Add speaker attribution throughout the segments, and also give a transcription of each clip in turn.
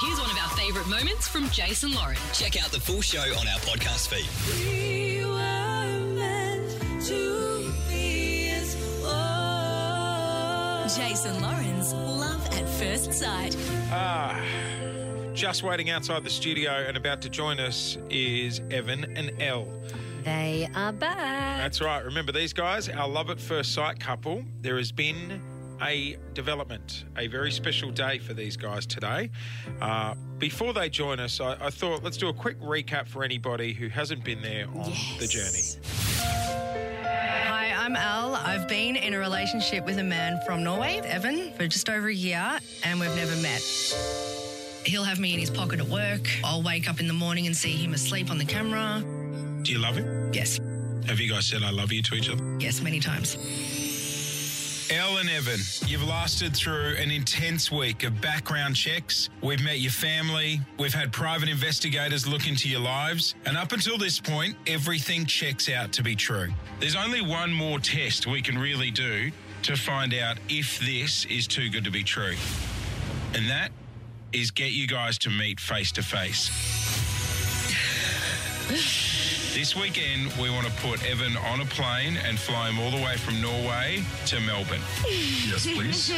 Speaker 1: Here's one of our favourite moments from Jason Lauren.
Speaker 2: Check out the full show on our podcast feed.
Speaker 3: We were meant to be as one.
Speaker 1: Jason Lauren's Love at First Sight.
Speaker 4: Just waiting outside the studio and about to join us is Evan and Elle.
Speaker 5: They are back.
Speaker 4: That's right. Remember these guys, our love at first sight couple. There has been a development, a very special day for these guys today. Uh, before they join us, I, I thought let's do a quick recap for anybody who hasn't been there on the journey.
Speaker 6: Hi, I'm Al. I've been in a relationship with a man from Norway, Evan, for just over a year, and we've never met. He'll have me in his pocket at work. I'll wake up in the morning and see him asleep on the camera.
Speaker 4: Do you love him?
Speaker 6: Yes,
Speaker 4: Have you guys said I love you to each other?
Speaker 6: yes, many times.
Speaker 4: Elle and Evan, you've lasted through an intense week of background checks. We've met your family. We've had private investigators look into your lives. And up until this point, everything checks out to be true. There's only one more test we can really do to find out if this is too good to be true. And that is get you guys to meet face to face. This weekend, we want to put Evan on a plane and fly him all the way from Norway to Melbourne.
Speaker 7: Yes, please.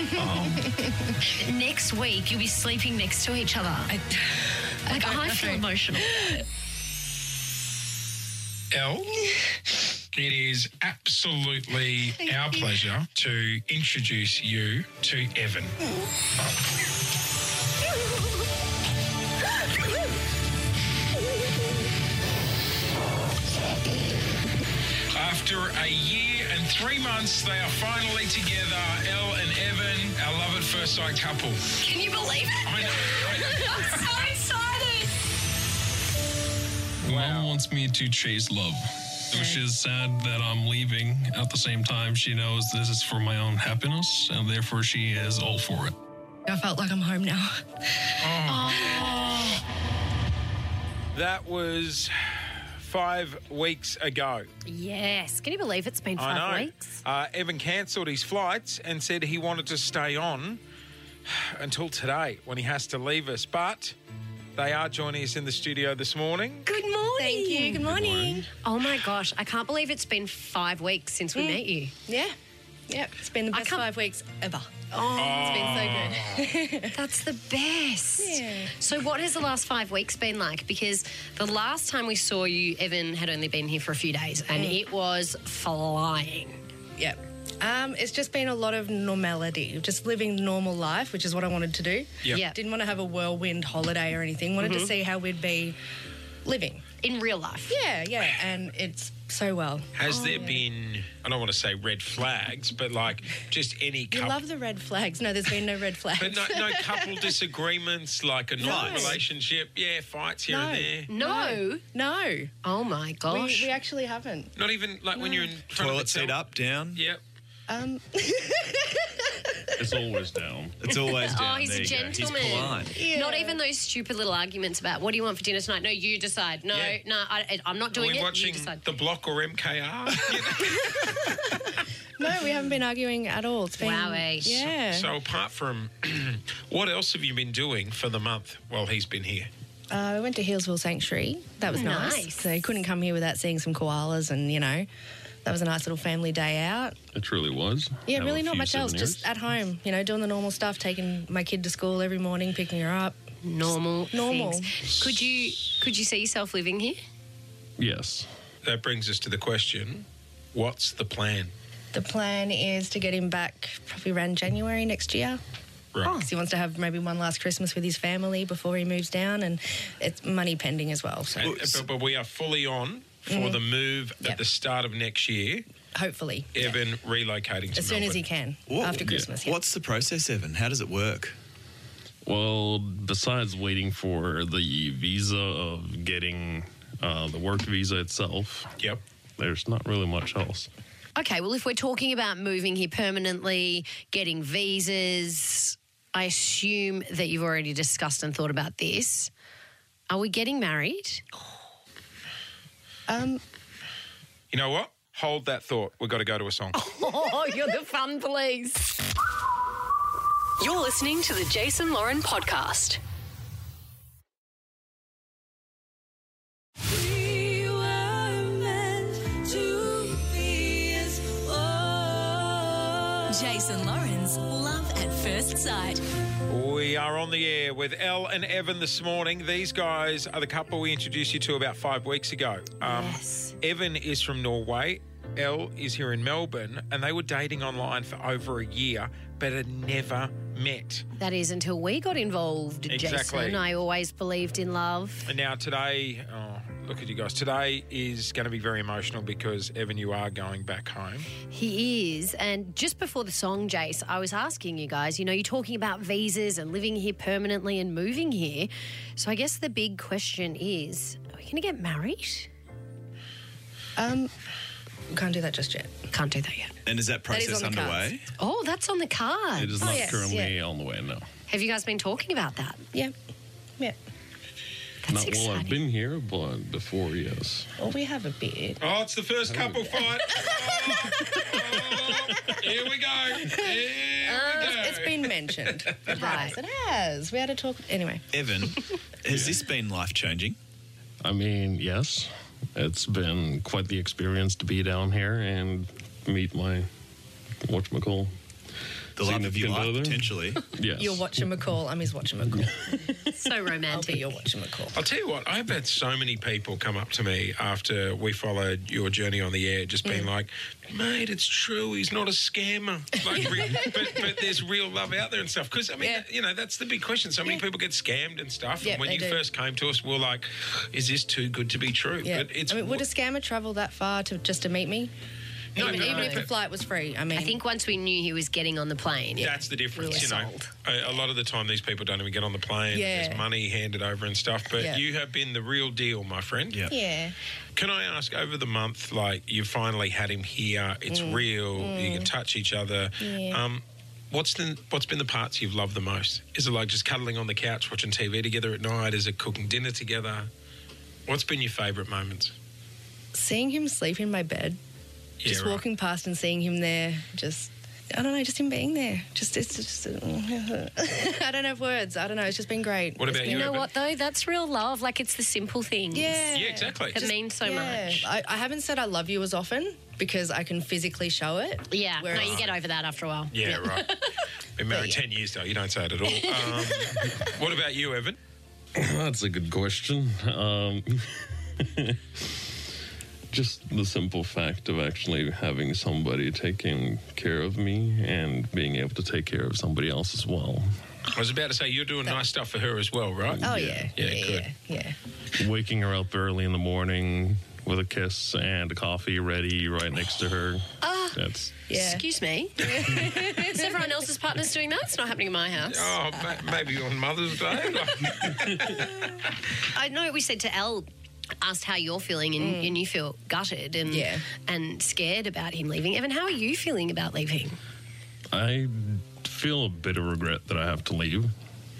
Speaker 7: Um,
Speaker 5: Next week, you'll be sleeping next to each other. I, like, I, feel emotional.
Speaker 4: Elle, it is absolutely our pleasure to introduce you to Evan. After a year and three months, they are finally together, Elle and Evan, our love at first sight couple.
Speaker 5: Can you believe it?
Speaker 4: I know, I know.
Speaker 5: I'm so excited.
Speaker 7: Mom wants me to chase love. Which is sad that I'm leaving. At the same time, she knows this is for my own happiness, and therefore she is all for it.
Speaker 6: I felt like I'm home now.
Speaker 4: That was five weeks ago.
Speaker 5: Yes. Can you believe it's been five
Speaker 4: I know.
Speaker 5: weeks?
Speaker 4: Uh, Evan cancelled his flights and said he wanted to stay on until today when he has to leave us. But they are joining us in the studio this morning.
Speaker 5: Good morning.
Speaker 6: Thank you. Good morning.
Speaker 5: Oh my gosh, I can't believe it's been five weeks since we met you.
Speaker 6: Yeah, yeah. It's been the best
Speaker 5: can't-
Speaker 6: Hmm. five weeks ever. Oh, it's been so good.
Speaker 5: That's the best.
Speaker 6: Yeah.
Speaker 5: So, what has the last five weeks been like? Because the last time we saw you, Evan had only been here for a few days and it was flying.
Speaker 6: Yeah. Um, it's just been a lot of normality, just living normal life, which is what I wanted to do.
Speaker 4: Yep.
Speaker 5: Yeah.
Speaker 6: Didn't want to have a whirlwind holiday or anything. Wanted to see how we'd be living.
Speaker 5: In real life.
Speaker 6: Yeah, yeah, and it's so well.
Speaker 4: Has
Speaker 6: Oh.
Speaker 4: there been, I don't want to say red flags, but like just any
Speaker 6: You
Speaker 4: couple.
Speaker 6: love the red flags. No, there's been no red flags.
Speaker 4: but no, no couple disagreements, like a normal
Speaker 6: No.
Speaker 4: relationship, yeah, fights here and there.
Speaker 5: No.
Speaker 6: no,
Speaker 5: Oh my
Speaker 6: we,
Speaker 5: gosh.
Speaker 6: we actually haven't.
Speaker 4: Not even like when you're in front
Speaker 8: Toilet
Speaker 4: of the
Speaker 8: seat
Speaker 4: tel-
Speaker 8: up, down.
Speaker 4: Yep.
Speaker 6: Um,
Speaker 7: It's always down.
Speaker 8: It's always down.
Speaker 5: Oh, he's
Speaker 8: There
Speaker 5: a
Speaker 8: you go.
Speaker 5: gentleman.
Speaker 8: He's polite.
Speaker 6: yeah.
Speaker 5: Not even those stupid little arguments about what do you want for dinner tonight. No, you decide. No,
Speaker 4: Yeah.
Speaker 5: no, I, I'm not doing
Speaker 4: We're
Speaker 5: it.
Speaker 4: watching
Speaker 5: you decide.
Speaker 4: The Block or MKR. you know?
Speaker 6: No, we haven't been arguing at all. It's been
Speaker 5: Wowee.
Speaker 6: yeah.
Speaker 4: So apart from what else have you been doing for the month while he's been here?
Speaker 6: Uh, we went to Hillsville Sanctuary. That was nice.
Speaker 5: Nice.
Speaker 6: So you couldn't come here without seeing some koalas, and you know, that was a nice little family day out.
Speaker 7: It truly was.
Speaker 6: Yeah,
Speaker 7: Have
Speaker 6: really
Speaker 7: a
Speaker 6: not
Speaker 7: few
Speaker 6: much else.
Speaker 7: souvenirs.
Speaker 6: Just at home, you know, doing the normal stuff, taking my kid to school every morning, picking her up.
Speaker 5: normal,
Speaker 6: normal.
Speaker 5: things. Could you could you see yourself living here?
Speaker 6: uh,
Speaker 7: yes.
Speaker 4: That brings us to the question, what's the plan?
Speaker 6: The plan is to get him back probably around January next year.
Speaker 4: Right.
Speaker 6: 'Cause he wants to have maybe one last Christmas with his family before he moves down, and it's money pending as well. Mm-hmm. So
Speaker 4: And- but, but we are fully on for the move at
Speaker 6: Yep.
Speaker 4: the start of next year,
Speaker 6: hopefully,
Speaker 4: Evan relocating to
Speaker 6: as soon as he
Speaker 4: Melbourne.
Speaker 6: can
Speaker 8: What-
Speaker 6: after
Speaker 8: yeah.
Speaker 6: Christmas. yeah.
Speaker 8: What's the process, Evan? How does it work?
Speaker 7: Well, besides waiting for the visa of getting uh, the work visa itself,
Speaker 4: Yep.
Speaker 7: there's not really much else.
Speaker 5: Okay, well, if we're talking about moving here permanently, getting visas, I assume that you've already discussed and thought about this. Are we getting married?
Speaker 6: Um,
Speaker 4: You know what? Hold that thought. We've got to go to a song.
Speaker 5: Oh, you're the fun police. You're listening to the Jason Lauren podcast.
Speaker 1: Jason Lawrence, Love at First Sight.
Speaker 4: We are on the air with Elle and Evan this morning. These guys are the couple we introduced you to about five weeks ago. Um,
Speaker 5: Yes.
Speaker 4: Evan is from Norway. Elle is here in Melbourne, and they were dating online for over a year, but had never met.
Speaker 5: That is until we got involved,
Speaker 4: Exactly.
Speaker 5: Jason. I always believed in love.
Speaker 4: And now today, oh, look at you guys. Today is going to be very emotional because Evan, you are going back home.
Speaker 5: He is. And just before the song, Jace, I was asking you guys, you know, you're talking about visas and living here permanently and moving here. So I guess the big question is are we going to get married?
Speaker 6: Um, can't do that just yet.
Speaker 5: Can't do that yet.
Speaker 8: And is that
Speaker 6: is
Speaker 8: process
Speaker 6: on the
Speaker 8: underway?
Speaker 5: Oh, that's on the
Speaker 7: It
Speaker 5: card.
Speaker 7: is not
Speaker 6: Oh, yes,
Speaker 7: currently on the way, no.
Speaker 5: Have you guys been talking about that?
Speaker 6: Yeah. Yeah.
Speaker 5: That's
Speaker 7: not while I've
Speaker 5: exciting.
Speaker 7: been here, but before, yes.
Speaker 6: Well, we have a beard.
Speaker 4: Oh, it's the first couple fight.
Speaker 7: Oh,
Speaker 4: here we go. Here we go.
Speaker 6: It's been mentioned. it
Speaker 5: Right.
Speaker 6: has. It has. We had a talk. Anyway.
Speaker 8: Evan, has this been life changing?
Speaker 7: I mean, yes, it's been quite the experience to be down here and meet my whatchamacall.
Speaker 8: The love of your
Speaker 7: Significant
Speaker 8: life,
Speaker 7: other?
Speaker 8: potentially.
Speaker 7: Yes.
Speaker 6: You're watching McCall. I'm his watching McCall.
Speaker 5: so
Speaker 6: I'll
Speaker 5: romantic.
Speaker 6: be your watching McCall.
Speaker 4: I'll tell you what, I've had so many people come up to me after we followed your journey on the air, just being like, mate, it's true, he's not a scammer. Like, re- but, but there's real love out there and stuff. Because, I mean,
Speaker 6: Yeah.
Speaker 4: you know, that's the big question. So many people get scammed and stuff.
Speaker 6: Yeah,
Speaker 4: and when
Speaker 6: they
Speaker 4: you
Speaker 6: do.
Speaker 4: first came to us, we were like, is this too good to be true?
Speaker 6: Yeah.
Speaker 4: But it's.
Speaker 6: I mean, would a scammer travel that far to just to meet me?
Speaker 4: no,
Speaker 6: even
Speaker 4: but-
Speaker 6: even if the
Speaker 4: but
Speaker 6: flight was free. I mean,
Speaker 5: I think once we knew he was getting on the plane,
Speaker 4: That's the difference,
Speaker 5: were
Speaker 4: you know.
Speaker 5: sold.
Speaker 4: A, a lot of the time, these people don't even get on the plane.
Speaker 6: Yeah.
Speaker 4: There's money handed over and stuff. But
Speaker 6: Yeah.
Speaker 4: you have been the real deal, my friend.
Speaker 8: Yeah.
Speaker 6: Yeah.
Speaker 4: Can I ask over the month, like you finally had him here, it's real, you can touch each other.
Speaker 6: Yeah.
Speaker 4: Um, what's the what's been the parts you've loved the most? Is it like just cuddling on the couch, watching TV together at night? Is it cooking dinner together? What's been your favourite moments?
Speaker 6: Seeing him sleep in my bed, just
Speaker 4: right.
Speaker 6: walking past and seeing him there, just. I don't know, just him being there. Just, it's just. I don't have words. I don't know. It's just been great.
Speaker 4: What
Speaker 6: It's
Speaker 4: about
Speaker 6: been-
Speaker 5: You know
Speaker 4: Evan?
Speaker 5: what though? That's real love. Like it's the simple things.
Speaker 6: Yeah.
Speaker 4: Yeah, exactly.
Speaker 5: That means so much.
Speaker 6: I, I haven't said I love you as often because I can physically show it.
Speaker 5: Yeah.
Speaker 6: Whereas-
Speaker 5: no, you get over that after a while.
Speaker 4: yeah, right. Been married ten years though, you don't say it at all. Um, what about you, Evan?
Speaker 7: That's a good question. Um, just the simple fact of actually having somebody taking care of me and being able to take care of somebody else as well.
Speaker 4: I was about to say you're doing nice stuff for her as well, right?
Speaker 6: Oh yeah,
Speaker 4: Yeah,
Speaker 6: yeah, yeah,
Speaker 4: good.
Speaker 6: yeah, yeah.
Speaker 7: Waking her up early in the morning with a kiss and a coffee ready right next to her. That's
Speaker 5: Excuse me. Is everyone else's partner's doing that? It's not happening in my house.
Speaker 4: Oh, ma- maybe on Mother's Day.
Speaker 5: I know we said to Elle, asked how you're feeling, and, and you feel gutted and
Speaker 6: Yeah.
Speaker 5: and scared about him leaving. Evan, how are you feeling about leaving?
Speaker 7: I feel a bit of regret that I have to leave.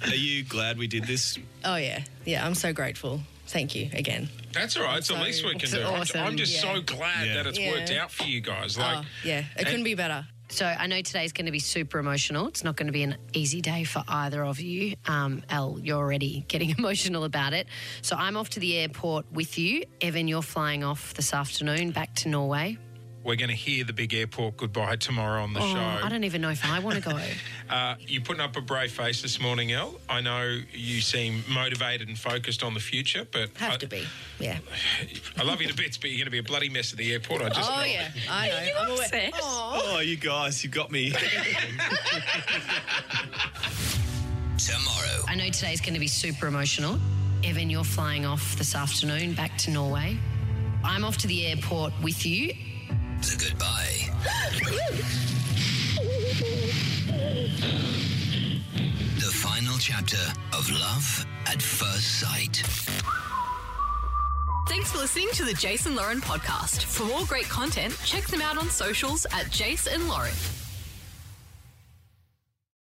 Speaker 8: Are you glad we did this?
Speaker 6: Oh yeah, yeah. I'm so grateful. Thank you again.
Speaker 4: That's all right. It's the
Speaker 6: So-
Speaker 4: least we can
Speaker 5: It's
Speaker 4: do. I'm-
Speaker 5: awesome,
Speaker 4: I'm just
Speaker 6: yeah.
Speaker 4: so glad
Speaker 8: Yeah.
Speaker 4: that it's
Speaker 6: Yeah.
Speaker 4: worked out for you guys. Like,
Speaker 6: oh yeah, it couldn't be better.
Speaker 5: So I know today's going to be super emotional. It's not going to be an easy day for either of you. Um, Elle, you're already getting emotional about it. So I'm off to the airport with you. Evan, you're flying off this afternoon back to Norway.
Speaker 4: we're going to hear the big airport goodbye tomorrow on the
Speaker 5: Oh, I
Speaker 4: show.
Speaker 5: don't even know if I want to go.
Speaker 4: Uh, you're putting up a brave face this morning, El. I know you seem motivated and focused on the future, but
Speaker 6: Have
Speaker 4: I,
Speaker 6: to be. Yeah.
Speaker 4: I love you to bits, but you're going to be a bloody mess at the airport. I just
Speaker 6: Oh
Speaker 4: know.
Speaker 6: yeah, I know. I'm aware.
Speaker 8: Oh, you guys, you got me.
Speaker 2: Tomorrow.
Speaker 5: I know today's going to be super emotional. Evan, you're flying off this afternoon back to Norway. I'm off to the airport with you.
Speaker 2: The goodbye. the final chapter of Love at First Sight.
Speaker 1: Thanks for listening to the Jason Lauren podcast. For more great content, check them out on socials at Jason Lauren.